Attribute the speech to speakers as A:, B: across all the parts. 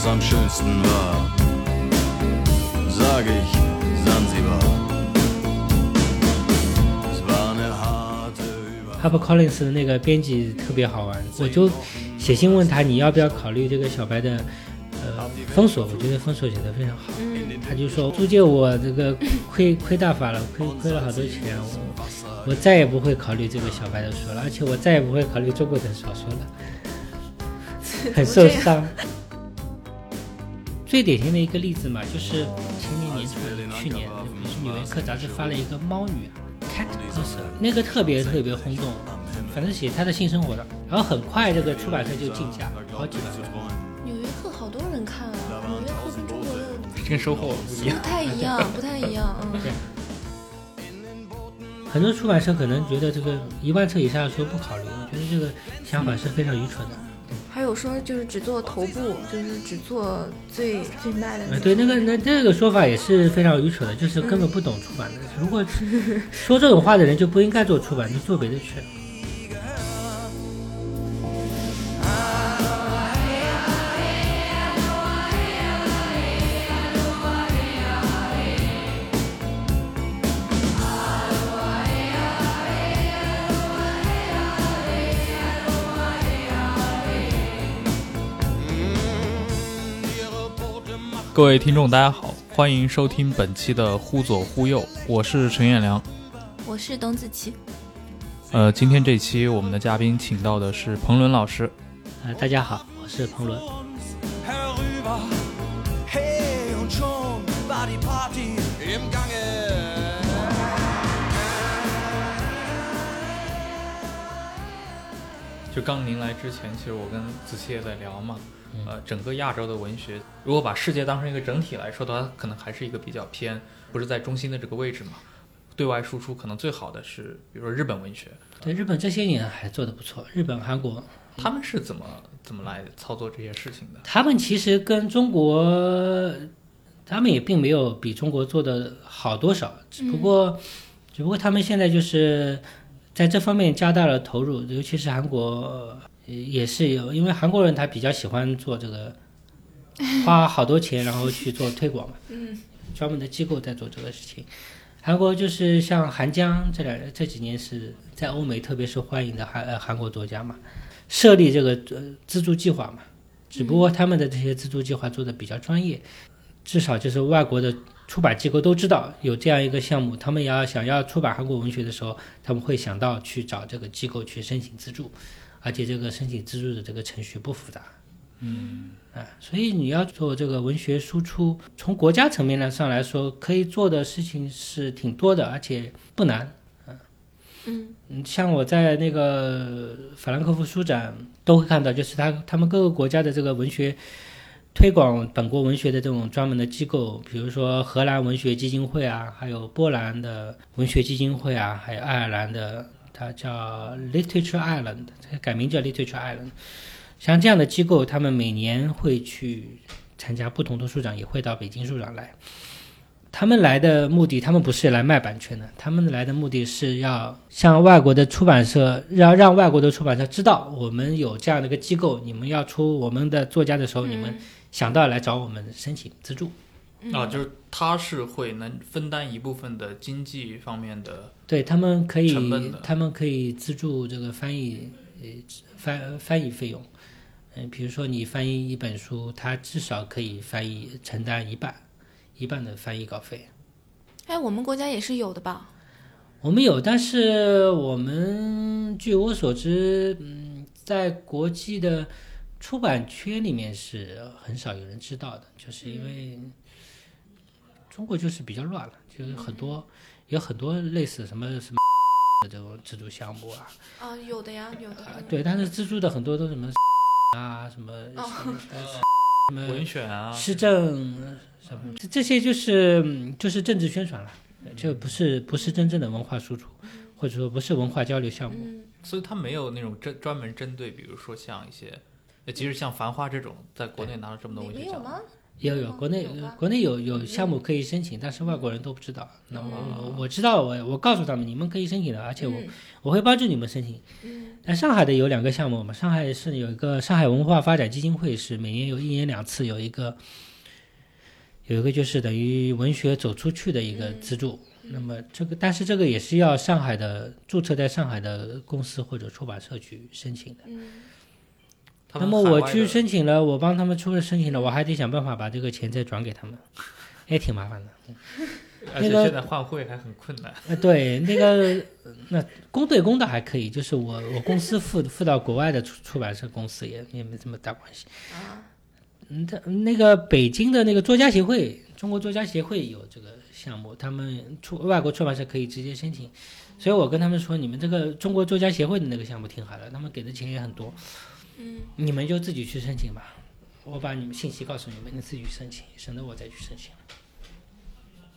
A: schönsten war, sag ich Sansibar. Es war eine harte Über
B: HarperCollins 的那个编辑特别好玩，我就写信问他你要不要考虑这个小白的呃封锁，我觉得封锁写得非常好。他就说租借我这个亏亏大发了，亏亏了好多钱，我我再也不会考虑这个小白的书了，而且我再也不会考虑中国的小说了，很受伤。最典型的一个例子嘛，就是前年年初，去年就是《纽约客》杂志发了一个猫女啊 Cat Person，那个特别特别轰动，反正写她的性生活的。然后很快这个出版社就竞价好几百万，
C: 纽约客好多人看啊，纽约客跟中国的
D: 这跟收获不一样。
C: 不太一样，不太一样， 嗯。
B: 很多出版社可能觉得这个一万册以下的书不考虑，我觉得这个想法是非常愚蠢的。
C: 还有说就是只做头部，就是只做最最卖的
B: 呃，
C: 那
B: 对，
C: 种。
B: 那个那这个说法也是非常愚蠢的，就是根本不懂出版的。如果说这种话的人就不应该做出版，就做别的去。
D: 各位听众，大家好，欢迎收听本期的《忽左忽右》，我是陈彦良。
C: 我是董子琪，
D: 呃，今天这期我们的嘉宾请到的是彭伦老师。
B: 呃，大家好，我是彭伦。
A: uns herüber. Hey, und schon war die Party im Gange.
D: 就刚您来之前，其实我跟子期也在聊嘛
B: 嗯，
D: 呃，整个亚洲的文学，如果把世界当成一个整体来说的话，它可能还是一个比较偏，不是在中心的这个位置嘛。对外输出可能最好的是，比如说日本文学，
B: 对，日本这些年还做得不错，日本、韩国，
D: 他们是怎么怎么来操作这些事情的？
B: 他们其实跟中国，他们也并没有比中国做的好多少，只不过，只不过他们现在就是在这方面加大了投入，尤其是韩国呃也是有，因为韩国人他比较喜欢做这个，花好多钱然后去做推广嘛，嗯，专门的机构在做这个事情。韩国就是像韩江这两这几年是在欧美特别受欢迎的韩呃韩国作家嘛，设立这个呃资助计划嘛。只不过他们的这些资助计划做的比较专业，至少就是外国的出版机构都知道有这样一个项目，他们也要想要出版韩国文学的时候，他们会想到去找这个机构去申请资助，而且这个申请资助的这个程序不复杂。嗯，啊，所以你要做这个文学输出，从国家层面上来说，可以做的事情是挺多的，而且不难。啊嗯，像我在那个法兰克福书展都会看到，就是他他们各个国家的这个文学推广本国文学的这种专门的机构，比如说荷兰文学基金会啊，还有波兰的文学基金会啊，还有爱尔兰的，它叫 Literature Ireland，它改名叫 Literature Ireland。像这样的机构，他们每年会去参加不同的书展，也会到北京书展来。他们来的目的，他们不是来卖版权的，他们来的目的是要向外国的出版社，让让外国的出版社知道我们有这样的一个机构，你们要出我们的作家的时候，你们想到来找我们申请资助。
D: 啊，就是他是会能分担一部分的经济方面的，
B: 对他们可以
D: 成本的，
B: 他们可以资助这个翻译，呃，翻翻译费用。嗯、比如说你翻译一本书，他至少可以翻译承担一半，一半的翻译稿费。
C: 哎，我们国家也是有的吧？
B: 我们有，但是我们据我所知，嗯，在国际的出版圈里面是很少有人知道的，就是因为中国就是比较乱了，就是很多有很多类似什么什么的这种资助项目啊，
C: 啊，有的呀，有的。
B: 啊对，但是资助的很多都什么啊什么什么
D: 文选啊，
B: 市政什么，这这些就是嗯就是政治宣传了，这不是不是真正的文化输出，或者
C: 嗯
B: 说不是文化交流项目。
D: 所以他没有那种针专门针对，比如说像一些呃即使像《繁花》这种，在国内拿了这么多
C: 没
D: 文
C: 没
D: 学
C: 有
D: 奖，
C: 吗？
B: 有有，国内
C: 有吧
B: 国内有有项目可以申请，但是外国人都不知道。那我我我知道，我我告诉他们，你们可以申请的，而且我
C: 嗯
B: 我会帮助你们申请。那上海的有两个项目嘛，上海是有一个上海文化发展基金会，是每年有一年两次有一个，有一个就是等于文学走出去的一个资助。那么这个，但是这个也是要上海的注册在上海的公司或者出版社去申请的。
D: 他
B: 那
D: 们
B: 么
D: 海
B: 我
D: 外
B: 去
D: 的
B: 申请了，我帮他们出了申请了，我还得想办法把这个钱再转给他 们，也挺麻烦的。那
D: 而且
B: 个
D: 现在换汇还很困难。
B: 呃，对，那个那公对公的还可以，就是我我公司付付到国外的出出版社公司也也没这么大关系。嗯，他那个北京的那个作家协会，中国作家协会有这个项目，他们出外国出版社可以直接申请，所以我跟他们说，你们这个中国作家协会的那个项目挺好的，他们给的钱也很多，嗯，你们就自己去申请吧，我把你们信息告诉你们，你自己去申请，省得我再去申请。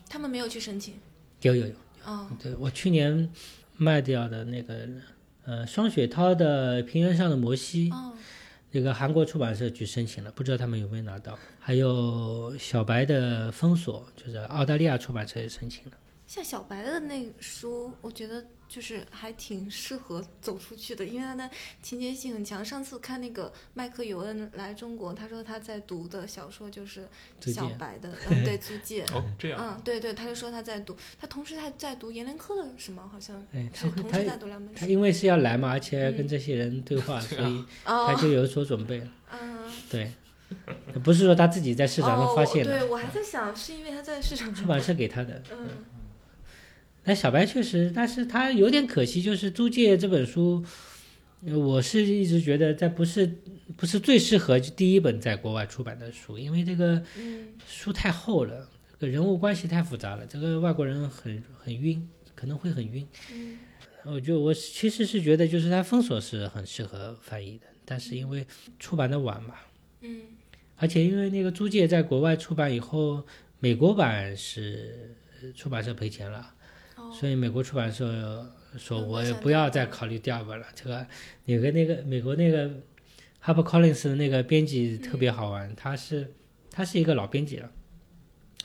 C: 他们没有去申请。
B: 有有有。
C: 哦，
B: 对我去年卖掉的那个，呃，双雪涛的《平原上的摩西》
C: 哦，
B: 那个韩国出版社去申请了，不知道他们有没有拿到。还有小白的《封锁》，就是澳大利亚出版社也申请了。
C: 像小白的那个书，我觉得就是还挺适合走出去的，因为它的情节性很强。上次看那个麦克尤恩来中国，他说他在读的小说就是
B: 租
C: 小
B: 界
C: 白的，嗯，对，租 界。
D: 哦，这样，
C: 嗯，对对，他就说他在读，他同时还在读阎连科的什么，好像
B: 哎，他
C: 是
B: 会
C: 同时在嗯
B: 他
C: 读两本
B: 他
C: 书。
B: 因为是要来嘛，而且要跟这些人对话，所以他
C: 哦，
B: 就有所准备了。
C: 嗯，
B: 对，不是说他自己在市场
C: 哦
B: 上发现
C: 我
B: 的，
C: 对我还在想，是因为他在市场
B: 出
C: 上，
B: 版社给他的。
C: 嗯，
B: 那小白确实，但是他有点可惜，就是《租界》这本书，呃我是一直觉得在不是不是最适合第一本在国外出版的书，因为这个书太厚了，这个人物关系太复杂了，这个外国人很很晕，可能会很晕。
C: 嗯
B: 我就我其实是觉得，就是他封锁是很适合翻译的，但是因为出版的晚嘛，
C: 嗯，
B: 而且因为那个《租界》在国外出版以后，美国版是呃出版社赔钱了。
C: 哦，
B: 所以美国出版社说，
C: 嗯
B: 我也
C: 那像
B: 不要再考虑第二本了。这个有个那个美国那个 Harper Collins 的那个编辑特
C: 嗯
B: 别好玩，他是他是一个老编辑了，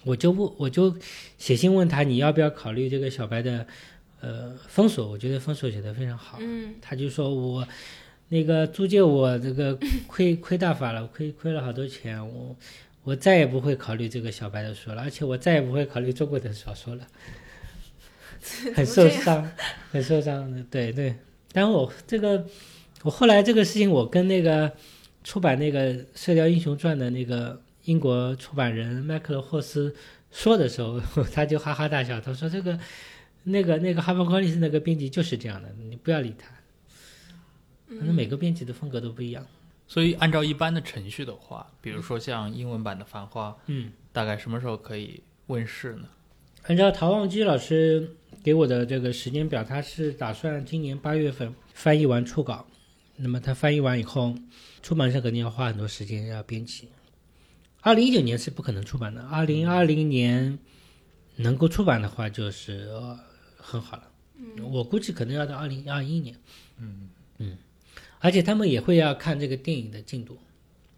B: 我就不我就写信问他你要不要考虑这个小白的呃封锁，我觉得封锁写的非常好，
C: 嗯，
B: 他就说我。那个租借我这个 亏亏大发了，亏亏了好多钱，我我再也不会考虑这个小白的书了，而且我再也不会考虑中国的小说了。很
C: 怎么
B: 受
C: 这样
B: 伤，很受伤的，对对。但我这个，我后来这个事情，我跟那个出版那个《射雕英雄传》的那个英国出版人麦克罗霍斯说的时候， 他就哈哈大笑，他说这个那个那个哈勃·高利斯那个编辑就是这样的，你不要理他。反正每个编辑的风格都不一样。
D: 所以按照一般的程序的话，比如说像英文版的《繁花》，
B: 嗯，
D: 大概什么时候可以问世呢？
B: 按照陶望基老师给我的这个时间表，他是打算今年八月份翻译完初稿。那么他翻译完以后，出版社肯定要花很多时间要编辑。二零一九年是不可能出版的，二零二零年能够出版的话，就是、呃很好了。嗯，我估计可能要到二零二一年。嗯嗯，而且他们也会要看这个电影的进度。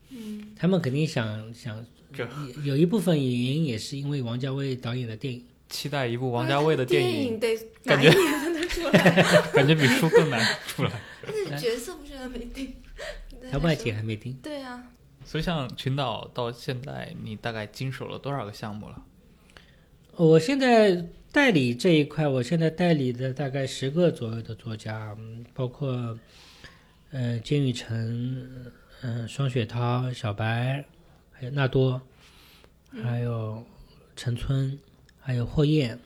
B: 嗯，他们肯定想想
D: 这
B: 有有一部分原因也是因为王家卫导演的电影。
D: 期待一部王家卫的
C: 电
D: 影，
C: 得哪
D: 感觉
C: 一年才能出来？
D: 感觉比书更难出来。
C: 那角色不是还没定，
B: 他外界还没定，
C: 对啊，
D: 所以像群岛到现在，你大概经手了多少个项目了？
B: 我现在代理这一块，我现在代理的大概十个左右的作家，嗯包括呃金宇澄、嗯、双雪涛、小白，还有纳多，还有陈村，还有霍燕，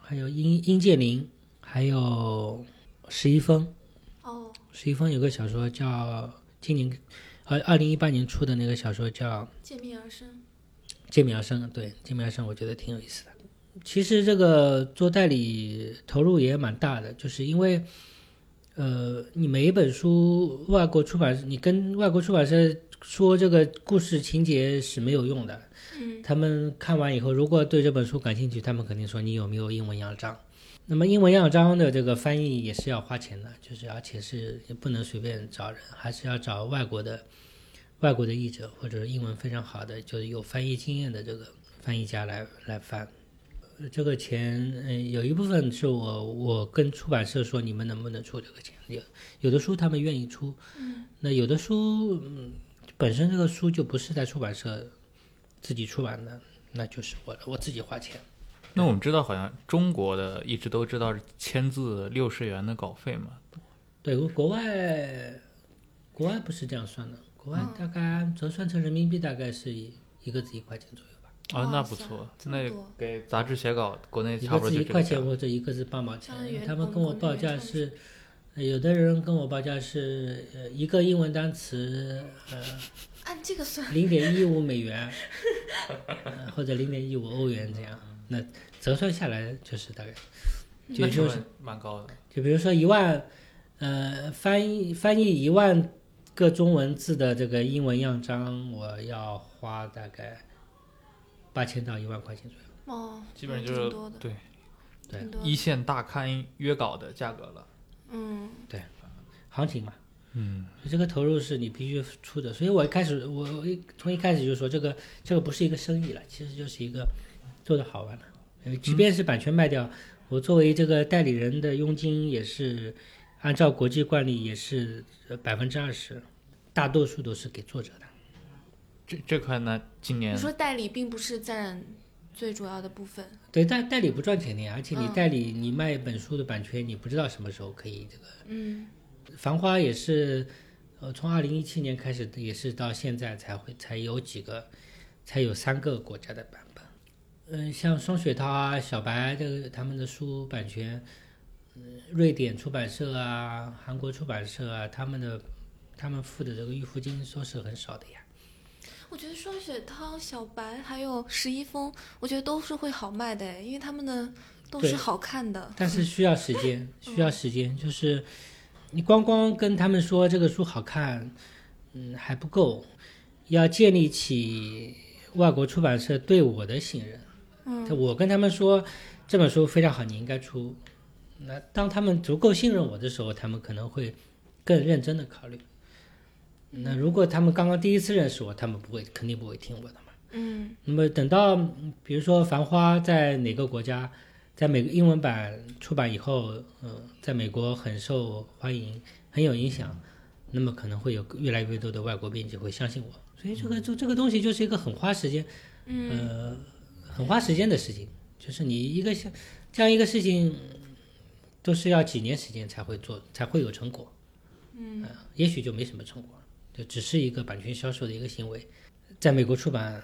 B: 还有殷殷建林，还有石一峰。
C: 哦，
B: 石一峰有个小说叫今年呃二零一八年出的那个小说叫
C: 见面而生，
B: 芥苗生，对芥苗生，我觉得挺有意思的。其实这个做代理投入也蛮大的，就是因为，呃，你每一本书外国出版，你跟外国出版社说这个故事情节是没有用的。
C: 嗯，
B: 他们看完以后，如果对这本书感兴趣，他们肯定说你有没有英文样章。那么英文样章的这个翻译也是要花钱的，就是而且是也不能随便找人，还是要找外国的外国的译者或者是英文非常好的，就是有翻译经验的这个翻译家来来翻。呃这个钱，嗯、有一部分是我我跟出版社说你们能不能出这个钱，有有的书他们愿意出，那有的书，嗯，本身这个书就不是在出版社自己出版的，那就是我的，我自己花钱。
D: 那我们知道，好像中国的一直都知道是签字六十元的稿费嘛，
B: 对，国国外国外不是这样算的，国外大概折算成人民币大概是一一个字一块钱左右吧，
D: 啊，
C: 哇
D: 那不
C: 塞
D: 错，
C: 这么
D: 那
C: 多
D: 给杂志写稿，国内
B: 一
D: 差
B: 个
D: 不多
B: 字
D: 就
B: 一
D: 这个
B: 块
D: 价
B: 钱。或者一个字半毛钱
C: 相当于。
B: 他们跟我报价是，呃有的人跟我报价是呃一个英文单词呃
C: 按哎这个算，
B: 零点一五美元，呃或者零点一五欧元这样，那折算下来就是大概，就
C: 嗯
D: 那成
B: 就
D: 本蛮高的。
B: 就比如说一万，呃，翻译翻译一万个中文字的这个英文样章，我要花大概八千到一万块钱左右。
C: 哦，
D: 基本上
C: 嗯
D: 就是
C: 挺多的，
D: 对
B: 对
C: 挺多的
D: 一线大刊约稿的价格了。
C: 嗯，
B: 行情嘛，
D: 嗯，
B: 所以这个投入是你必须出的。所以我一开始，我我一从一开始就说，这个这个不是一个生意了，其实就是一个做的好玩了。呃即便是版权卖掉，我作为这个代理人的佣金也是按照国际惯例也是呃百分之二十，大多数都是给作者的。
D: 这这块呢，今年
C: 你说代理并不是占最主要的部分，
B: 对，代代理不赚钱的呀，而且你
C: 嗯
B: 代理你卖一本书的版权，你不知道什么时候可以这个。
C: 嗯，
B: 繁花也是，呃，从二零一七年开始，也是到现在才会才有几个，才有三个国家的版本。嗯，像双雪涛啊、小白这个他们的书版权，嗯，瑞典出版社啊、韩国出版社啊，他们的他们付的这个预付金说是很少的呀。
C: 我觉得双雪涛、小白还有十一峰，我觉得都是会好卖的，因为他们的都
B: 对
C: 是好看的，
B: 但是需要时 间，需要时间，就是你光光跟他们说这个书好看，嗯，还不够，要建立起外国出版社对我的信任。嗯，我跟他们说这本书非常好，你应该出。那当他们足够信任我的时候，他们可能会更认真的考虑。那如果他们刚刚第一次认识我，他们不会，肯定不会听我的。
C: 嗯，
B: 那么等到嗯比如说《繁花》在哪个国家，在美英文版出版以后，嗯、在美国很受欢迎，很有影响，那么可能会有越来越多的外国编辑会相信我，所以这个这这个东西就是一个很花时间，嗯、呃，很花时间的事情，就是你一个像这样一个事情，嗯都是要几年时间才会做，才会有成果，嗯、也许就没什么成果，就只是一个版权销售的一个行为，在美国出版。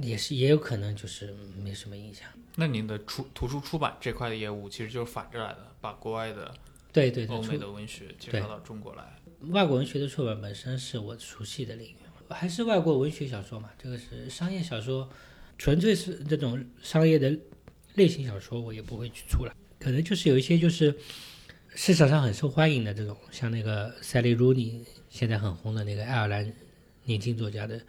B: 也是也有可能就是没什么影响。
D: 那您的出图书出版这块的业务，其实就是反着来的，把国外的
B: 对对对，
D: 欧
B: 出
D: 哦美的文学介绍到中国来。
B: 外国文学的出版本身是我熟悉的领域，还是外国文学小说嘛，这个是商业小说，纯粹是这种商业的类型小说，我也不会去出来。可能就是有一些就是市场上很受欢迎的这种，像那个塞利·鲁尼现在很红的那个爱尔兰年轻作家的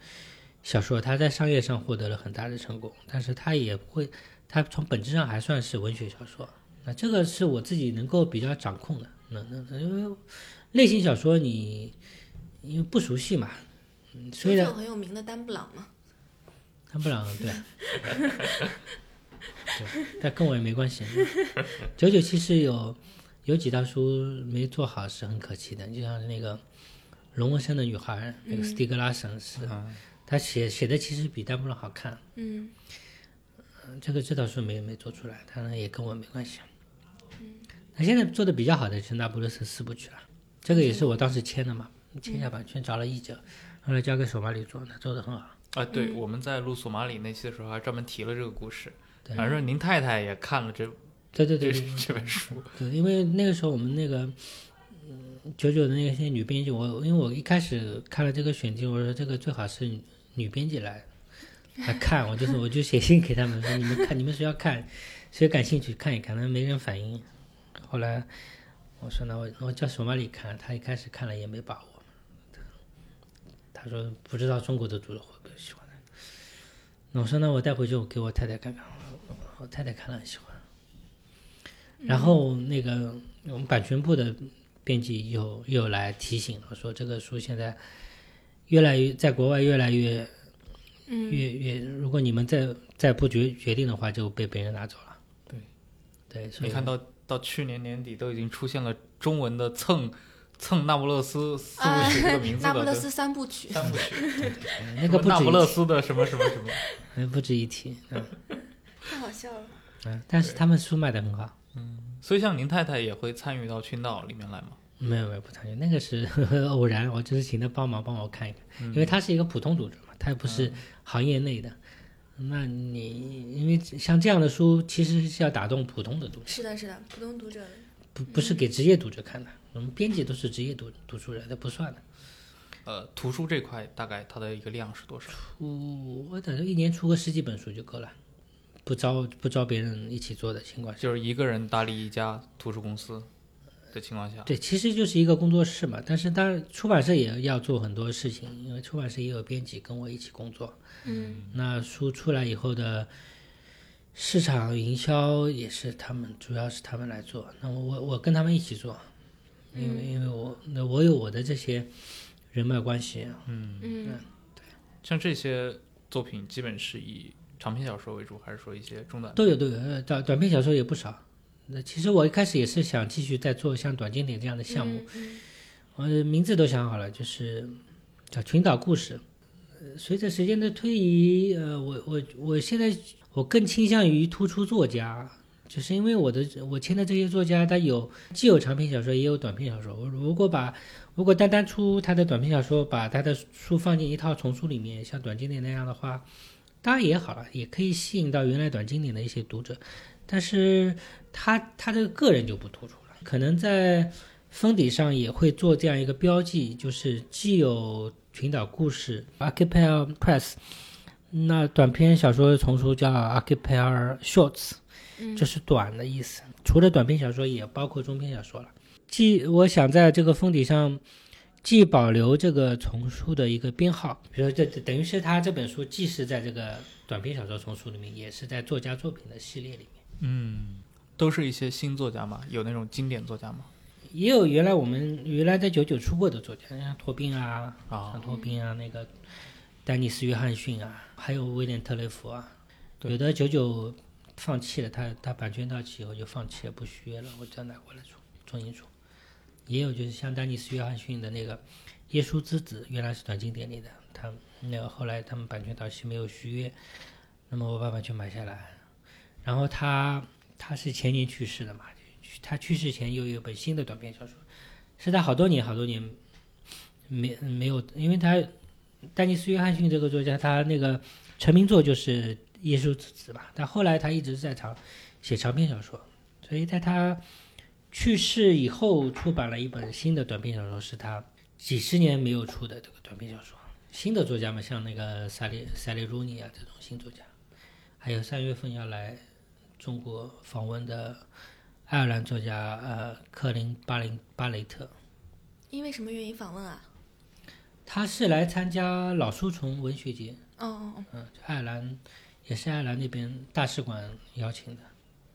B: 小说，他在商业上获得了很大的成功，但是他也不会，他从本质上还算是文学小说。那这个是我自己能够比较掌控的，那那那因为类型小说你因为不熟悉嘛，嗯虽
C: 就
B: 然
C: 有很有名的丹布朗嘛，
B: 潘布朗对， 对，但跟我也没关系。九九其实有有几套书没做好是很可惜的，就像那个龙纹身的女孩，那个斯蒂格拉神是，他写写的其实比丹布朗好看，
C: 嗯，
B: 嗯这个这套书没没做出来，当然也跟我没关系。他现在做的比较好的是那不勒斯四部曲了，这个也是我当时签的嘛，签下版权找了译者，后来交给索马里做，他做的很好。
D: 啊，对，
C: 嗯
D: 我们在录索马里那期的时候还专门提了这个故事。反正您太太也看了这
B: 对对
D: 这
B: 对，对
D: 这本书，
B: 对，因为那个时候我们那个，嗯，九九的那些女编辑，我因为我一开始看了这个选题，我说这个最好是女女编辑来来看，我就是我就写信给他们说你们看，你们谁要看，谁感兴趣看一看，但没人反应。后来我说那我我叫索马里看，他一开始看了也没把握，他说不知道中国的读者会不会喜欢。那我说那我带回去我给我太太看看，我太太看了很喜欢。然后那个我们版权部的编辑又又来提醒了，说这个书现在越来越在国外越来越
C: 嗯，
B: 越越，如果你们再再不决决定的话，就被别人拿走了。
D: 对
B: 对，所
D: 你
B: 以
D: 看到到去年年底都已经出现了中文的蹭蹭那不勒斯四部曲这个名 字
C: 啊那不
D: 的
C: 勒
D: 这
C: 斯三部曲，
D: 三部曲，
B: 那个
D: 什
B: 不
D: 么那
B: 止
D: 不
B: 一
D: 勒斯的什么什么什么，
B: 呃不值一提，嗯
C: 太好笑了。
D: 哎
B: 嗯，但是他们书卖的很好，
D: 所以像您太太也会参与到群岛里面来吗？
B: 没有没有不参与，那个是 偶然，我只是请他帮忙帮我看一看，
D: 嗯
B: 因为他是一个普通读者嘛，他又不是行业内的，那你因为像这样的书其实是要打动普通的读者，
C: 是的，是的，普通读者
D: 嗯
C: 的
B: 不不是给职业读者看的，我们编辑都是职业读读书人，那不算的，
D: 呃，图书这块大概它的一个量是多少？
B: 出我感觉一年出个十几本书就够了，不招不招别人一起做的情况下。
D: 就是一个人打理一家图书公司的情况下，
B: 对，其实就是一个工作室嘛，但是当然出版社也要做很多事情，因为出版社也有编辑跟我一起工作。嗯，那书出来以后的市场营销也是他们，主要是他们来做。那我我我跟他们一起做，因为、因为我那我有我的这些人脉关系，
D: 像这些作品基本是以长篇小说为主，还是说一些中短？
B: 都有都有，呃短短篇小说也不少。那其实我一开始也是想继续再做像短经典这样的项目，
D: 嗯
B: 我的名字都想好了，就是叫《群岛故事》呃。随着时间的推移，呃，我我我现在我更倾向于突出作家，就是因为我的我签的这些作家，他有既有长篇小说，也有短篇小说。我如果把如果单单出他的短篇小说，把他的书放进一套丛书里面，像短经典那样的话，当然也好了，也可以吸引到原来短经典的一些读者，但是他他这个个人就不突出了，可能在封底上也会做这样一个标记，就是既有群岛故事 （Archipel Press），那短篇小说丛书叫 Archipel Shorts，这
C: 嗯
B: 是短的意思。除了短篇小说，也包括中篇小说了。既我想在这个封底上既保留这个丛书的一个编号，比如说这这等于是他这本书既是在这个短篇小说丛书里面，也是在作家作品的系列里面。
D: 嗯，都是一些新作家嘛，有那种经典作家吗？
B: 也有原来我们原来在九九出过的作家，像托宾啊，
D: 啊
B: 像托宾啊，那个丹尼斯·约翰逊啊，还有威廉·特雷弗啊，有的九九放弃了，他他版权到期以后就放弃了，不续约了，我再拿过来出重新出。也有就是像丹尼斯·约翰逊的那个《耶稣之子》，原来是短经典里的，他那个后来他们版权到期没有续约，那么我把版权买下来，然后他他是前年去世的嘛，他去世前又有一本新的短篇小说，是他好多年好多年没没有，因为他丹尼斯·约翰逊这个作家，他那个成名作就是《耶稣之子》嘛，但后来他一直在长写长篇小说，所以在他去世以后出版了一本新的短篇小说，是他几十年没有出的这个短篇小说。新的作家嘛，像那个萨列萨列鲁尼啊这种新作家，还有三月份要来中国访问的爱尔兰作家呃克林巴林巴雷特，
C: 因为什么原因访问啊？
B: 他是来参加老书虫文学节，
C: 哦哦，哦
B: 嗯，爱尔兰也是爱尔兰那边大使馆邀请的。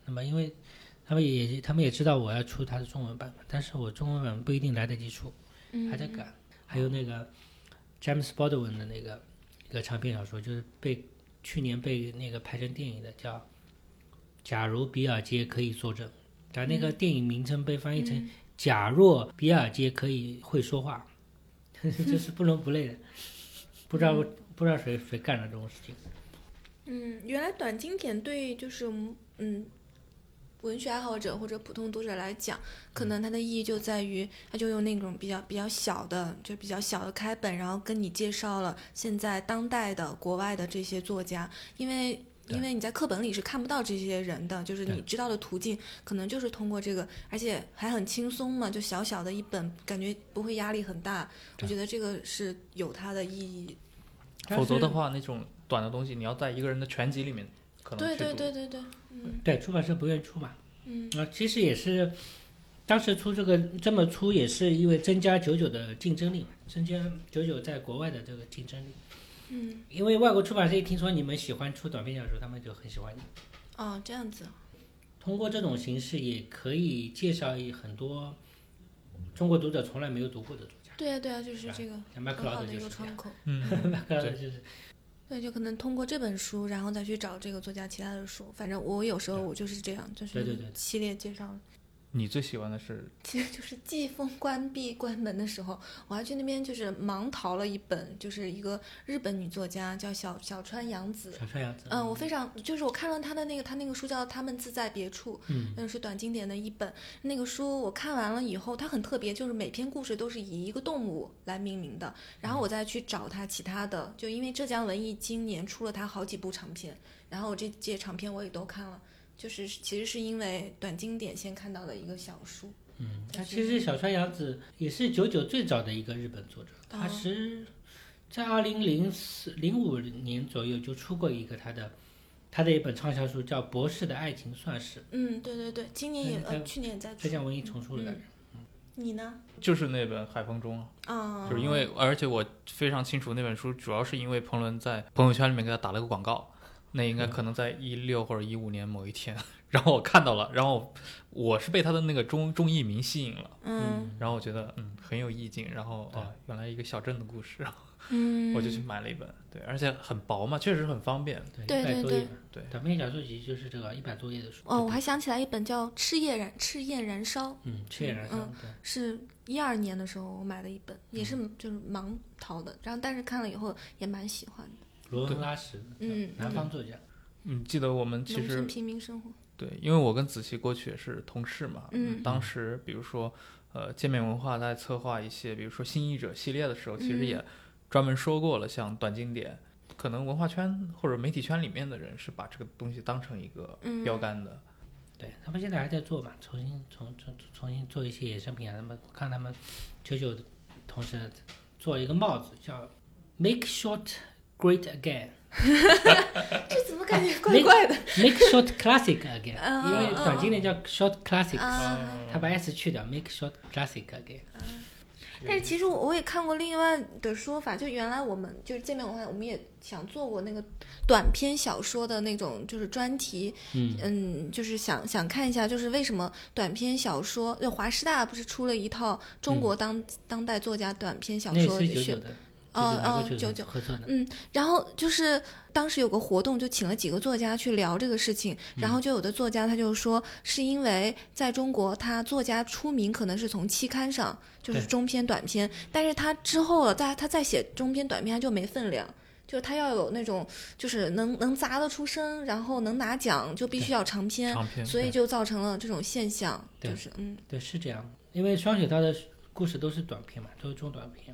B: 那么因为他们也他们也知道我要出他的中文版嘛，但是我中文版不一定来得及出，还在赶。还有那个 James Baldwin 的那个一个长篇小说，就是被去年被那个拍成电影的，叫《假如比尔街可以作证》，但那个电影名称被翻译成《假若比尔街可以会说话》 就是不伦不类的，不知道、不知道谁谁干了这种事情。
C: 嗯，原来短经典对就是嗯文学爱好者或者普通读者来讲，
D: 嗯
C: 可能它的意义就在于，它就用那种比较比较小的，就比较小的开本，然后跟你介绍了现在当代的国外的这些作家，因为。因为你在课本里是看不到这些人的，就是你知道的途径可能就是通过这个，而且还很轻松嘛，就小小的一本，感觉不会压力很大。我觉得这个是有它的意义。
B: 但
D: 否则
B: 是
D: 的话，那种短的东西，你要在一个人的全集里面可能
C: 对
D: 去
C: 对
D: 读
C: 对对对，嗯
B: 对，出版社不愿意出嘛。
C: 嗯
B: 啊，其实也是，当时出这个这么出，也是因为增加九九的竞争力嘛，增加九九在国外的这个竞争力。
C: 嗯，
B: 因为外国出版社一听说你们喜欢出短篇小说，他们就很喜欢你。
C: 哦，这样子。
B: 通过这种形式，也可以介绍一很多中国读者从来没有读过的作家。
C: 对啊对啊，就是这个
B: 像麦克
C: 很
B: 劳
C: 好
B: 德
C: 的
B: 就
C: 一
B: 是
C: 个
B: 这
C: 窗
B: 样，
C: 口。
D: 嗯，
B: 麦克劳德
D: 对
B: 就是
C: 对，就可能通过这本书，然后再去找这个作家其他的书。反正我有时候我就是这样，就
B: 啊对对
C: 是
B: 对
C: 系列介绍。
D: 你最喜欢的是
C: 其实就是季风关闭关门的时候，我还去那边就是盲淘了一本，就是一个日本女作家叫小小川洋子。
B: 小川洋子，
C: 嗯，我非常就是我看了他的那个，他那个书叫《他们自在别处》，
B: 嗯
C: 那是短经典的一本。那个书我看完了以后，它很特别，就是每篇故事都是以一个动物来命名的。然后我再去找它其他的，就因为浙江文艺今年出了它好几部长篇，然后我这届长篇我也都看了。就是其实是因为短经典先看到的一个小书，
B: 嗯，他其实小川洋子也是九九最早的一个日本作者，他
C: 哦
B: 是在二零零四零五年左右就出过一个他的他的一本畅销书，叫《博士的爱情算是》，
C: 嗯，对对对，今年也
B: 那
C: 呃
B: 你
C: 去年也在出
B: 浙，江文艺重出了。
C: 你呢？
D: 就是那本《海风中》啊，
C: 啊、
D: 就是因为而且我非常清楚那本书，主要是因为彭伦在朋友圈里面给他打了个广告，那
B: 嗯
D: 应该可能在一六或者一五年某一天， 然后我看到了，然后我是被他的那个中中译名吸引了，
C: 嗯
D: 然后我觉得嗯很有意境，然后
B: 对
D: 啊原来一个小镇的故事，然后
C: 嗯，
D: 我就去买了一本，对，而且很薄嘛，确实很方便，
B: 对，
C: 对
B: 一百
C: 嗯对
B: 多
C: 对
B: 页，
D: 对
B: 短篇小说集就是这个一百多页的书。
C: 哦，我还想起来一本叫《赤焰燃赤焰燃烧》，
B: 嗯，确然上，对，
C: 是一二年的时候我买的一本，也是
B: 嗯
C: 就是盲淘的，然后但是看了以后也蛮喜欢的。
B: 罗恩拉什，
C: 嗯
B: 南方作家，
D: 嗯，记得我们其
C: 农
D: 实
C: 村平民生活，
D: 对，因为我跟子琪过去也是同事嘛，
C: 嗯
D: 当时比如说，呃，界面文化在策划一些，比如说新译者系列的时候，其实
C: 嗯
D: 也专门说过了，像短经典，可能文化圈或者媒体圈里面的人是把这个东西当成一个
C: 嗯
D: 标杆的，
B: 对他们现在还在做嘛，重新重重重新做一些衍生品啊。他们看他们九九同时做了一个帽子，叫 “Make Short Great Again”。
C: 这怎么感 觉
B: 那个
C: 怪怪的
B: Make short classic again，
C: 啊
B: 因为短经典
C: 嗯
B: 叫 short classic，
C: 啊？
B: 他把 s 去掉，make short classic again。
C: 但是其实我我也看过另外的说法，就原来我们就是界面文化，我们也想做过那个短篇小说的那种就是专题，
B: 嗯
C: 嗯，就是想想看一下，就是为什么短篇小说，就华师大不是出了一套中国当、当代作家短篇小
B: 嗯那也
C: 说
B: 是九
C: 选
B: 九的，
C: 哦哦
B: 九
C: 九
B: 九
C: 九
B: 合作的，
C: 嗯，然后就是当时有个活动，就请了几个作家去聊这个事情，然
D: 嗯
C: 后就有的作家他就说，是因为在中国，他作家出名可能是从期刊上，就是
B: 对
C: 中篇、短篇，但是他之后了，在他再写中篇、短篇他就没分量。就是他要有那种，就是能能砸得出声，然后能拿奖，就必须要长篇，
D: 长篇。
C: 所以
D: 对
C: 就造成了这种现象，
B: 对
C: 就是嗯
B: 对，是这样。因为双雪涛的故事都是短篇嘛，都是中短篇，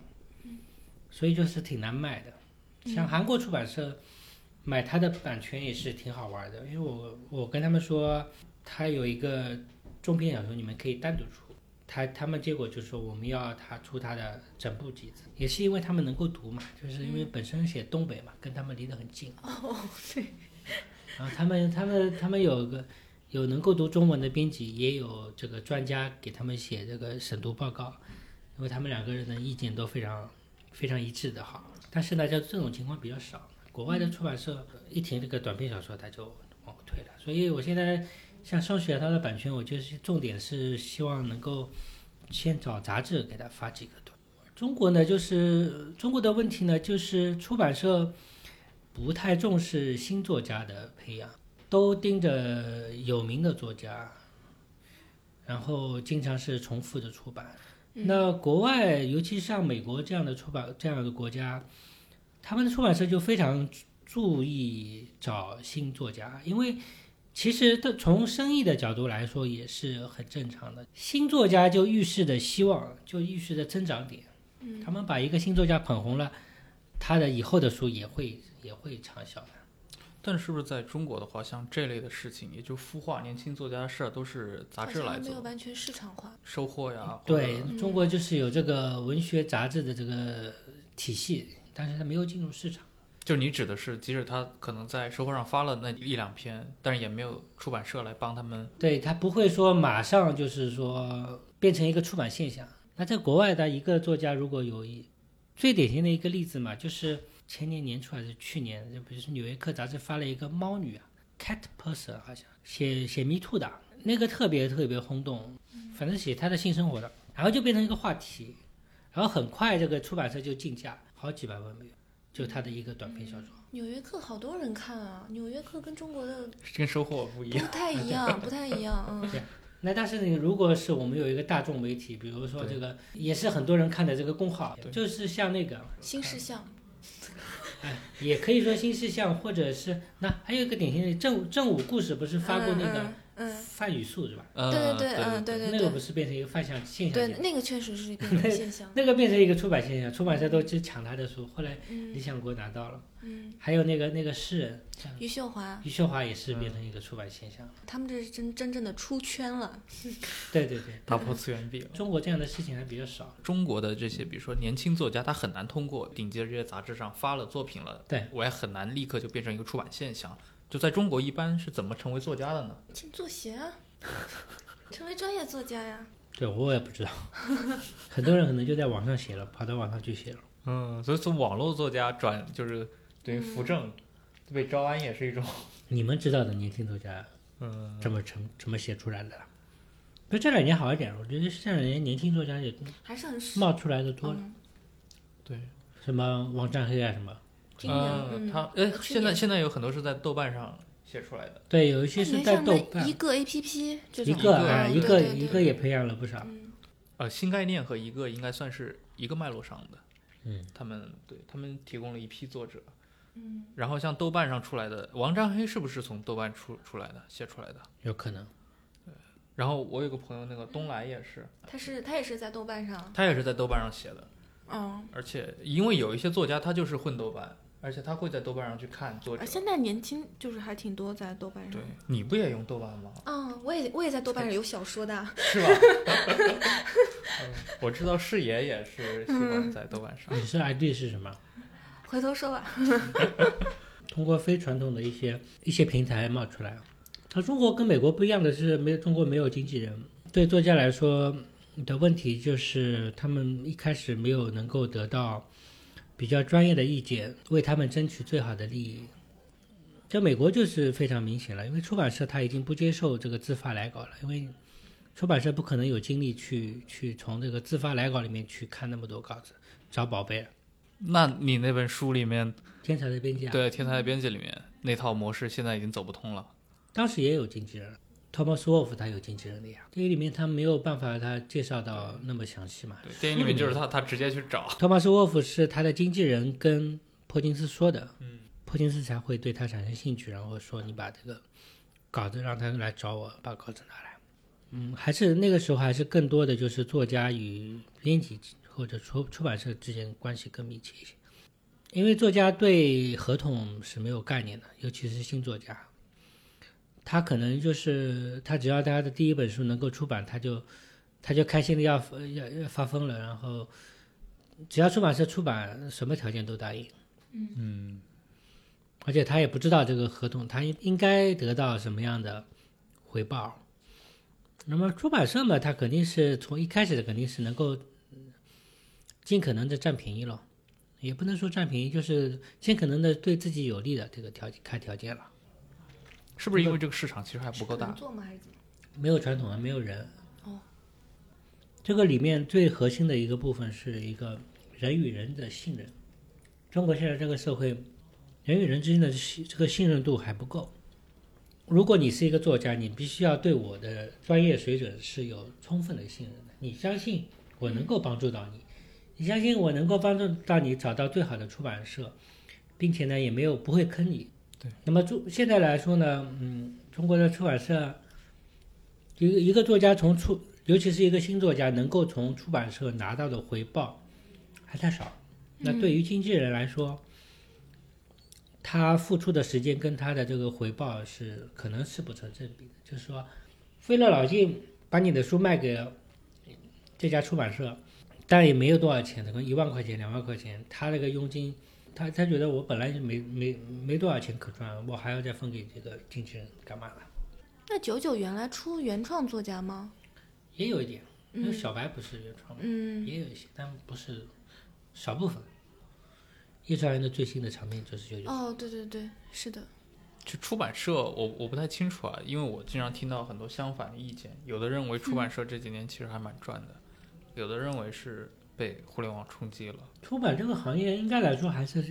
B: 所以就是挺难卖的。像韩国出版社买它的版权也是挺好玩的，因为我我跟他们说，他有一个中篇小说，你们可以单独出。他他们结果就说我们要他出他的整部集子，也是因为他们能够读嘛，就是因为本身写东北嘛，跟他们离得很近。嗯哦，对。然后他们他们他们有个有能够读中文的编辑，也有这个专家给他们写这个审读报告，因为他们两个人的意见都非常非常一致的哈。但是呢，就这种情况比较少，国外的出版社一停这个短篇小说，他就往后退了。所以我现在像上学它的版权，我就是重点是希望能够先找杂志给他发几个短。中国呢，就是中国的问题呢，就是出版社不太重视新作家的培养，都盯着有名的作家，然后经常是重复的出版。那国外，尤其像美国这样的出版这样的国家，他们的出版社就非常注意找新作家，因为其实的从生意的角度来说也是很正常的。新作家就预示着希望，就预示着增长点。嗯，他们把一个新作家捧红了，他的以后的书也会也会畅销的。
D: 但是不是在中国的话，像这类的事情，也就孵化年轻作家的事儿，都是杂志
C: 好像
D: 来
C: 没有
D: 做，
C: 完嗯全市场化。
D: 收获呀，或者
B: 对中国就是有这个文学杂志的这个体系，但是它没有进入市场。
D: 就你指的是，即使他可能在收获上发了那一两篇，但是也没有出版社来帮他们。
B: 对他不会说马上就是说变成一个出版现象。那在国外的一个作家如果有一最典型的一个例子嘛，就是前年年初还是去年，就比如说《纽约客》杂志发了一个猫女啊，Cat Person 好像写写 Me Too 的啊，那个特别特别轰动，反正写她的性生活的，然后就变成一个话题。然后很快这个出版社就竞价好几百万美元，就他的一个短篇小说。
C: 纽约客好多人看啊，纽约客跟中国的
D: 跟收获不一
C: 不
D: 样。
C: 太一 样，不太一样，嗯，
B: 那但是你如果是我们有一个大众媒体，比如说这个也是很多人看的这个公号，
D: 对
B: 就是像那个
C: 新事项，
B: 也可以说新事项，或者是那还有一个典型的正正午故事，不是发过那个
C: 嗯嗯，
B: 范语素是吧？
D: 呃
C: 嗯对
D: 对
C: 对，嗯对
B: 那个
C: 对
B: 不是变成一个反向现象
C: 对，
B: 吗，
C: 那个确实是一个 现象，
B: 那个变成一个出版现象，出版社都去抢他的书，后来理
C: 嗯
B: 想国拿到了，
C: 嗯，
B: 还有那个那个诗人
C: 余秀华
B: 余秀华也是变成一个出版现象，
C: 他们这是真真正的出圈了，
B: 对对对，
D: 打破次元壁了。
B: 中国这样的事情还比较少，
D: 中国的这些，比如说年轻作家，他很难通过顶级的这些杂志上发了作品了，
B: 对，
D: 我也很难立刻就变成一个出版现象。就在中国，一般是怎么成为作家的呢？
C: 进作 协啊，成为专业作家呀，
B: 对我也不 知道，很多人可能就在网上写了，跑到网上去写了。
D: 嗯，所以从网络作家转就是等于扶
C: 嗯
D: 正，被招安也是一种，
B: 你们知道的年轻作家
D: 嗯，
B: 这么成这么写出来的啦。不，这两年好一点了，我觉得这两年年轻作家也
C: 还是很少，
B: 冒出来的多了，
C: 嗯，
D: 对，
B: 什么王占黑啊什么，
C: 今年嗯
D: 他呃，
C: 去
D: 现在
C: 年
D: 现在有很多是在豆瓣上写出来的，
B: 对，有一些
C: 那
B: 是
C: 你
B: 在
C: 像
B: 豆
C: 那
B: 瓣
C: 一个 A P P 这
B: 一
C: 种，
B: 个
D: 对
B: 啊
C: 嗯
B: 一个
C: 对对
B: 一
C: 对
B: 个也培养了不少，
C: 嗯
D: 呃，新概念和一个应该算是一个脉络上的，
B: 嗯，
D: 他们对他们提供了一批作者，
C: 嗯，
D: 然后像豆瓣上出来的王占黑是不是从豆瓣出出来的写出来的？
B: 有可能。
D: 然后我有个朋友，那个东来也是，
C: 他是他也是在豆瓣上，
D: 他也是在豆瓣上写的，
C: 嗯，
D: 而且因为有一些作家他就是混豆瓣，而且他会在豆瓣上去看作者
C: 啊。现在年轻就是还挺多在豆瓣上
D: 对。，你不也用豆瓣吗？
C: 嗯，我也我也在豆瓣上有小说的，
D: 是吧？嗯我知道视野也是喜欢在豆瓣上。
B: 你是 ID 是什么？
C: 回头说吧。
B: 通过非传统的一些一些平台冒出来。那中国跟美国不一样的是，没有中国没有经纪人，对作家来说的问题就是他们一开始没有能够得到比较专业的意见，为他们争取最好的利益。在美国就是非常明显了，因为出版社他已经不接受这个自发来稿了，因为出版社不可能有精力去去从这个自发来稿里面去看那么多稿子，找宝贝了。
D: 那你那本书里面，
B: 天才的边界啊，
D: 对《天才的编辑》里面那套模式现在已经走不通了。
B: 当时也有经纪人，Thomas Wolf 他有经纪人的呀。这个里面他没有办法，他介绍到那么详细嘛。
D: 对，电影里面就是他，他直接去找。
B: Thomas Wolf 是他的经纪人跟珀金斯说的，嗯，珀金斯才会对他产生兴趣，然后说你把这个稿子让他来找我，把稿子拿来。嗯，还是那个时候还是更多的就是作家与编辑或者出出版社之间关系更密切一些，因为作家对合同是没有概念的，尤其是新作家。他可能就是他，只要他的第一本书能够出版，他就他就开心的要要要发疯了。然后只要出版社出版，什么条件都答应。
D: 嗯，
B: 而且他也不知道这个合同他应应该得到什么样的回报。那么出版社嘛，他肯定是从一开始肯定是能够嗯尽可能的占便宜咯，也不能说占便宜，就是尽可能的对自己有利的这个条开条件了。
D: 是不是因为这个市场其实还不够
C: 是能
D: 大？
C: 做吗？还是怎么？
B: 没有传统啊，没有人。
C: 哦，
B: 这个里面最核心的一个部分是一个人与人的信任。中国现在这个社会，人与人之间的信这个信任度还不够。如果你是一个作家，你必须要对我的专业水准是有充分的信任的。你相信我能够帮助到你，你相信我能够帮助到你找到最好的出版社，并且呢也没有不会坑你。
D: 对。
B: 那么中现在来说呢，嗯，中国的出版社一个一个作家从出，尤其是一个新作家，能够从出版社拿到的回报还太少。那对于经纪人来说，他付出的时间跟他的这个回报是可能是不成正比的。就是说，费了老劲把你的书卖给这家出版社，但也没有多少钱，可能一万块钱、两万块钱，他那个佣金，他他觉得我本来就没没没多少钱可赚，我还要再分给这个经纪人干嘛呢？
C: 那九九原来出原创作家吗？
B: 也有一点，因为
C: 嗯
B: 小白不是原创的。
C: 嗯，
B: 也有一些，但不是少部分。叶传人的最新的场面就是九九，
C: 哦，对对对，是的，
D: 就出版社，我我不太清楚啊，因为我经常听到很多相反的意见，有的认为出版社这几年其实还蛮赚的，有的认为是被互联网冲击了。
B: 出版这个行业应该来说还是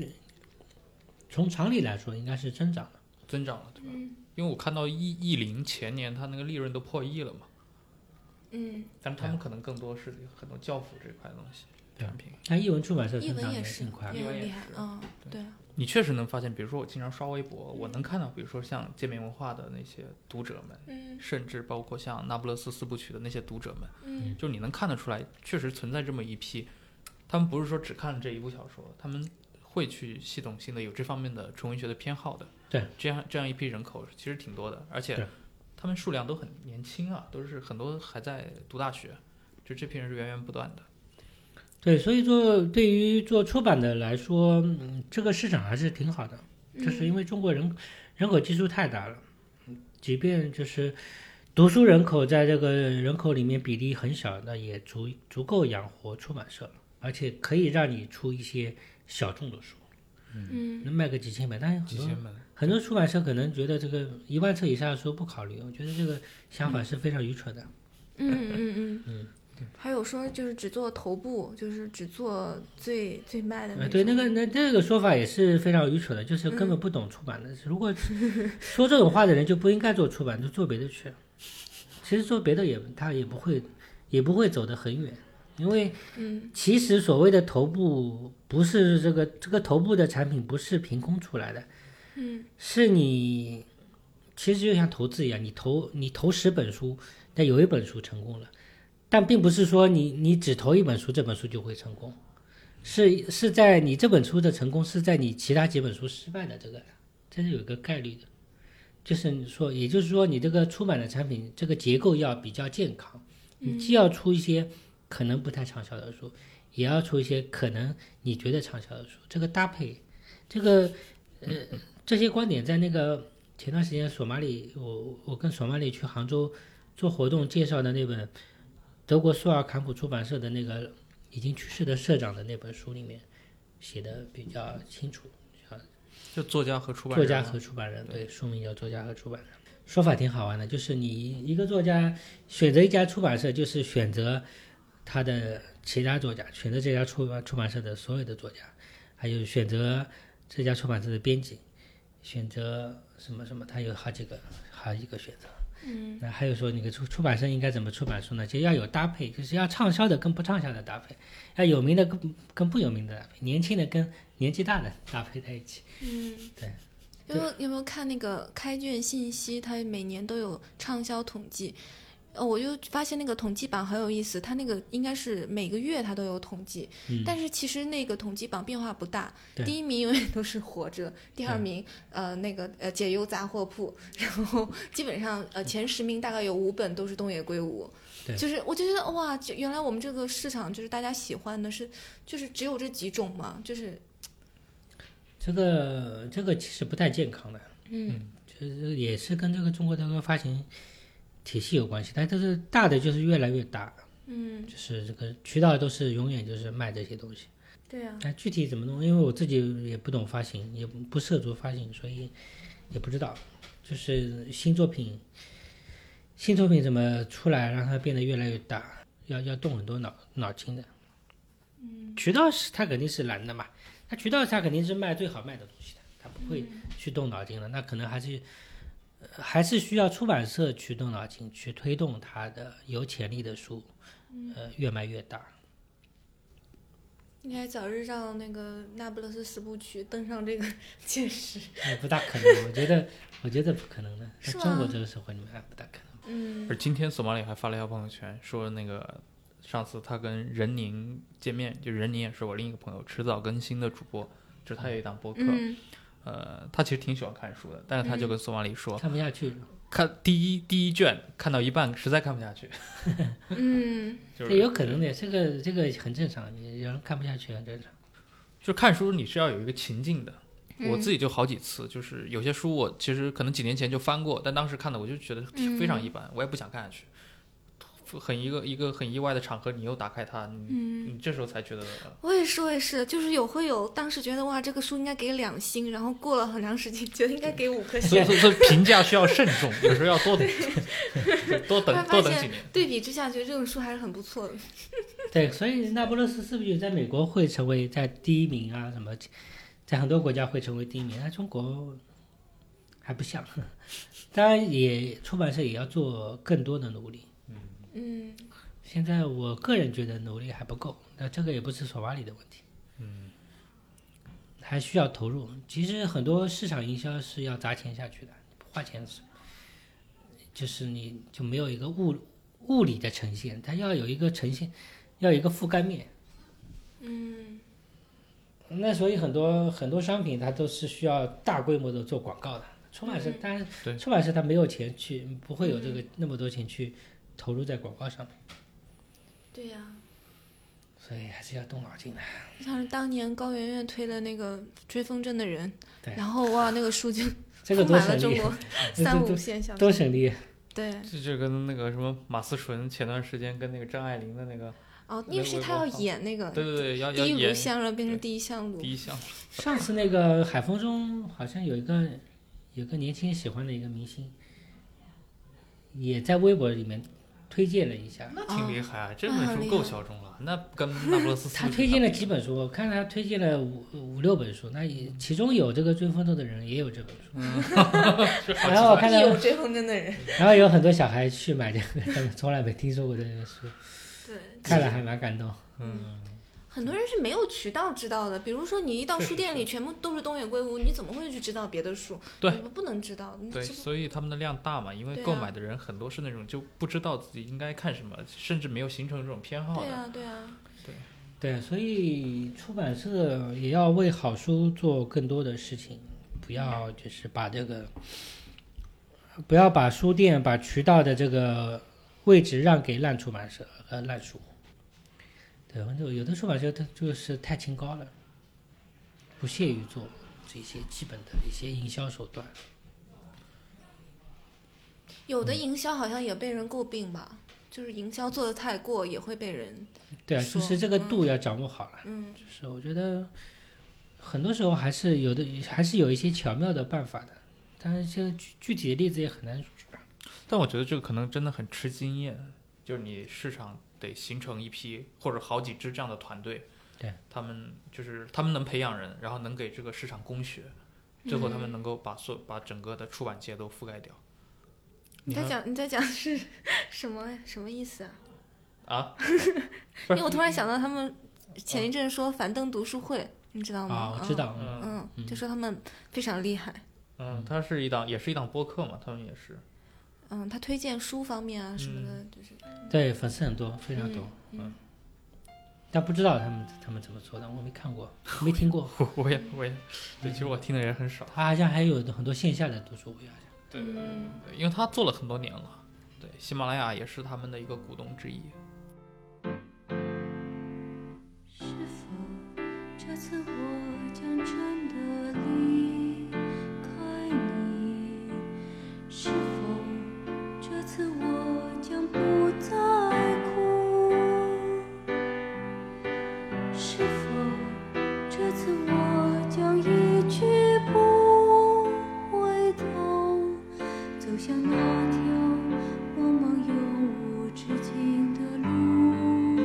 B: 从常理来说应该是增长的，
D: 增长了，对吧？
C: 嗯
D: 因为我看到易易林前年它那个利润都破亿了嘛，
C: 嗯，
D: 但是他们可能更多是很多教辅这块东西
B: 对
D: 产品。
B: 但译文出版社
C: 译
B: 增
C: 文
B: 长
C: 也
B: 也
C: 是
B: 挺快的。
C: 也
D: 译
C: 很
D: 文也
C: 厉害
D: 是，
C: 嗯，
D: 对
C: 对啊，
D: 你确实能发现，比如说我经常刷微博，我能看到，比如说像界面文化的那些读者们，
C: 嗯
D: 甚至包括像那不勒斯四部曲的那些读者们，
C: 嗯
D: 就你能看得出来，确实存在这么一批，他们不是说只看了这一部小说，他们会去系统性的有这方面的纯文学的偏好的。
B: 对，
D: 这样这样一批人口其实挺多的，而且
B: 对
D: 他们数量都很年轻啊，都是很多还在读大学，就这批人是源源不断的。
B: 对，所以说对于做出版的来说，嗯，这个市场还是挺好的，就是因为中国人人口基数太大了，嗯即便就是读书人口在这个人口里面比例很小，那也足足够养活出版社了，而且可以让你出一些小众的书，
C: 嗯
B: 能卖个几千本，但是
D: 几
B: 很多
D: 千本，
B: 很多出版社可能觉得这个一万册以下的书不考虑，我觉得这个想法是非常愚蠢的。
C: 嗯嗯嗯。还有说就是只做头部，就是只做最最卖的
B: 呃，
C: 种嗯
B: 对，那个那这个说法也是非常愚蠢的，就是根本不懂出版的。如果说这种话的人就不应该做出版，就做别的去。其实做别的也他也不会也不会走得很远，因为
C: 嗯
B: 其实所谓的头部不是这个这个头部的产品不是凭空出来的，
C: 嗯
B: 是你其实就像投资一样，你投你投十本书，但有一本书成功了，但并不是说你你只投一本书，这本书就会成功，是是在你这本书的成功是在你其他几本书失败的这个，这是有一个概率的，就是你说，也就是说你这个出版的产品这个结构要比较健康，你既要出一些可能不太畅销的书，也要出一些可能你觉得畅销的书，这个搭配，这个。呃这些观点在那个前段时间索马里，我我跟索马里去杭州做活动介绍的那本德国苏尔坎普出版社的那个已经去世的社长的那本书里面写的比较清楚。
D: 就作家和出版
B: 作
D: 人
B: 家
D: 嘛
B: 和出版人，对，书名叫作家和出版人，说法挺好玩的，就是你一个作家选择一家出版社，就是选择他的其他作家，选择这家出版出版社的所有的作家，还有选择这家出版社的编辑，选择什么什么，他有好几个好几个选择。嗯，那还有说那个出出版社应该怎么出版书呢？就要有搭配，就是要畅销的跟不畅销的搭配，要有名的跟跟不有名的搭配，年轻的跟年纪大的搭配在一起。
C: 嗯，
B: 对。
C: 有没有有没有看那个开卷信息？它每年都有畅销统计，呃，我就发现那个统计榜很有意思，它那个应该是每个月它都有统计，
B: 嗯
C: 但是其实那个统计榜变化不大，
B: 对
C: 第一名永远都是活着，第二名呃那个呃解忧杂货铺， 然后基本上呃前十名大概有五本都是东野圭吾。
B: 对
C: 就是我就觉得哇，就原来我们这个市场就是大家喜欢的是，就是只有这几种嘛，就是
B: 这个这个其实不太健康的，
C: 嗯
B: 就是也是跟这个中国的这个发行体系有关系，但这是大的就是越来越大，
C: 嗯，
B: 就是这个渠道都是永远就是卖这些东西。
C: 对啊，
B: 哎但具体怎么弄，因为我自己也不懂发行，也不不涉足发行，所以也不知道。就是新作品，新作品怎么出来，让它变得越来越大，要要动很多脑脑筋的。嗯，渠道是它肯定是难的嘛，它渠道它肯定是卖最好卖的东西的，它不会去动脑筋的。那可能还是呃还是需要出版社去动脑筋，去推动它的有潜力的书，呃，越卖越大。
C: 应该早日让那个那不勒斯四部曲登上 这个前十。
B: 也不大可能，我觉得，我觉得不可能的。在
C: 是吗
B: 中国这个社会里面，还不大可能。
C: 嗯
D: 而今天索马里还发了一条朋友圈，说那个上次他跟任宁见面，就任宁也是我另一个朋友，迟早更新的主播，就是他有一档播客，
C: 嗯
D: 呃，他其实挺喜欢看书的，但是他就跟索马里说，
B: 看不下去，
D: 看第一第一卷看到一半实在看不下去，
C: 嗯
D: 就
B: 这
D: 是
B: 有可能的，这个这个很正常，你有人看不下去很正常。
D: 就看书你是要有一个情境的。
C: 嗯
D: 我自己就好几次，就是有些书我其实可能几年前就翻过，但当时看的我就觉得
C: 嗯
D: 非常一般，我也不想看下去。很一个一个很意外的场合，你又打开它，你、
C: 嗯，
D: 你这时候才觉得，
C: 我也是，我也是，就是有会有，当时觉得哇，这个书应该给两星，然后过了很长时间，觉得应该给五颗
D: 所
C: 星。
D: 以所以所以评价需要慎重，有时候要多 等
C: 后
D: 多
C: 来
D: 等
C: 发
D: 多等几
C: 现
D: 年。
C: 对比之下，觉得这种书还是很不错的。
B: 对，所以那不勒斯是不是也在美国会成为在第一名啊？什么，在很多国家会成为第一名，那中国还不像。 当然也，出版社也要做更多的努力。
C: 嗯，
B: 现在我个人觉得努力还不够，那这个也不是索马里的问题，嗯，还需要投入。其实很多市场营销是要砸钱下去的，不花钱是，就是你就没有一个物物理的呈现，它要有一个呈现，要有一个覆盖面。嗯，那所以很多很多商品它都是需要大规模的做广告的。出版
C: 嗯
B: 社当然，
D: 对
B: 出版社它没有钱去，不会有这个那么多钱去投入在广告上。
C: 对呀、
B: 所以还是要动脑筋的。
C: 就像是当年高圆圆推了那个《追风筝的人
B: 对》，
C: 然后哇，那个书 就
B: 这个
C: 充
B: 多
C: 满
B: 省
C: 了中
B: 力，
C: 国
B: 这
C: 三
B: 这
C: 五线小
B: 多
C: 说。
B: 省力。
C: 对，
D: 这就跟那个什么马思纯前段时间跟那个张爱玲的那个，
C: 哦，因为是他要演那个
D: 对对对，要要
C: 嗯第一炉
D: 演
C: 香，然后变成第一香炉
D: 第。一项，
B: 上次那个海风中好像有一个有个年轻人喜欢的一个明星，也在微博里面推荐了一下。
D: 那挺厉害啊，这
C: 哦那很
D: 本
C: 厉
D: 书
C: 害
D: 够小众了，那跟那不勒斯
B: 他推荐了几本书，我看他推荐了五五六本书，那也其中有这个追风筝的人，也有这本书。然后我看
C: 一有
B: 到，
C: 追风筝的人，
B: 然后有很多小孩去买这个他们从来没听说过的这个书，
C: 对，
B: 看了还蛮感动。
D: 嗯，
C: 很多人是没有渠道知道的。比如说，你一到
D: 对
C: 书店里，全部都是东野圭吾，你怎么会去知道别的书？
D: 对
C: 你不能知道。你
D: 对，
C: 知嗯不
D: 所以他们的量大嘛，因为
C: 对啊
D: 购买的人很多是那种就不知道自己应该看什么，甚至没有形成这种偏好
C: 对
D: 的。
C: 啊，对啊，
B: 对，所以出版社也要为好书做更多的事情，不要就是把这个，不要把书店、把渠道的这个位置让给烂出版社和烂书。对，有有的出版社它就是太清高了，不屑于做这些基本的一些营销手段。
C: 有的营销好像也被人诟病吧，就是营销做的太过，也会被人
B: 对啊，就
C: 说
B: 是这个度要掌握好了。
C: 嗯，
B: 就是我觉得很多时候还是有的，还是有一些巧妙的办法的。但是现在具具体的例子也很难举吧。
D: 但我觉得这个可能真的很吃经验，就是你市场得形成一批或者好几支这样的团队，
B: 对，
D: 他们就是他们能培养人，然后能给这个市场供血，最后他们能够把所把整个的出版界都覆盖掉。
C: 你
D: 你
C: 在
D: 呢
C: 讲你在讲是什么什么意思啊？
D: 啊，不
C: 因
D: 是
C: 为我突然想到他们前一阵说樊登读书会，你知道吗？
B: 啊，我知道，嗯
D: 嗯
C: 嗯。嗯，就说他们非常厉害。
D: 嗯，它是一档也是一档播客嘛，他们也是，
C: 嗯，他推荐书方面啊什么的，就是
B: 对，粉丝很多，非常多，
D: 嗯
B: 但不知道他们他们怎么做的，我没看过，没听过。
D: 我我也我也，对，其实我听的人很少，
B: 他好像还有很多线下的读书会，啊好像
D: 对，
C: 嗯
D: 对因为他做了很多年了，对，喜马拉雅也是他们的一个股东之一。
E: 是否这次我将真的离开你？是否这次我将不再哭？是否这次我将一去不回头，走向那条茫茫永无止境的路？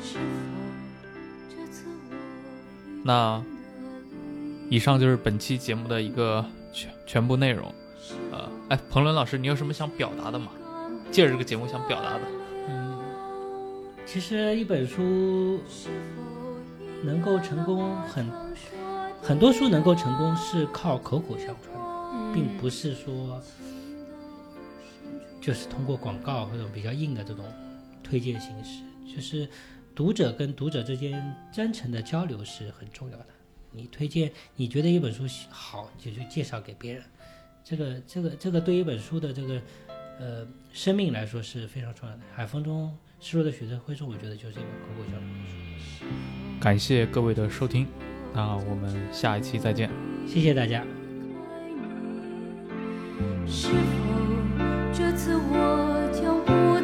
E: 是否这次我
D: 那
E: 那
D: 以上就是本期节目的一个全全部内容。呃，哎，彭伦老师，你有什么想表达的吗？借着这个节目想表达的？
B: 其实一本书能够成功很，很多书能够成功是靠口口相传的。并不是说就是通过广告或者比较硬的这种推荐形式，就是读者跟读者之间真诚的交流是很重要的。你推荐你觉得一本书好，就去介绍给别人，这个这个这个对一本书的这个呃生命来说是非常重要的。海风中失落的雪的灰树，我觉得就是一本口口相传的书。
D: 感谢各位的收听，那我们下一期再见。
B: 谢谢大家。
E: 是否这次我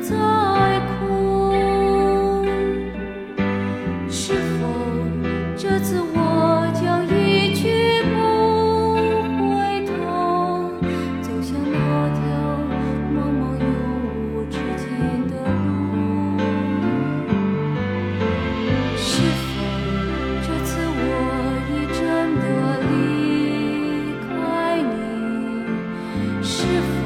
E: 是否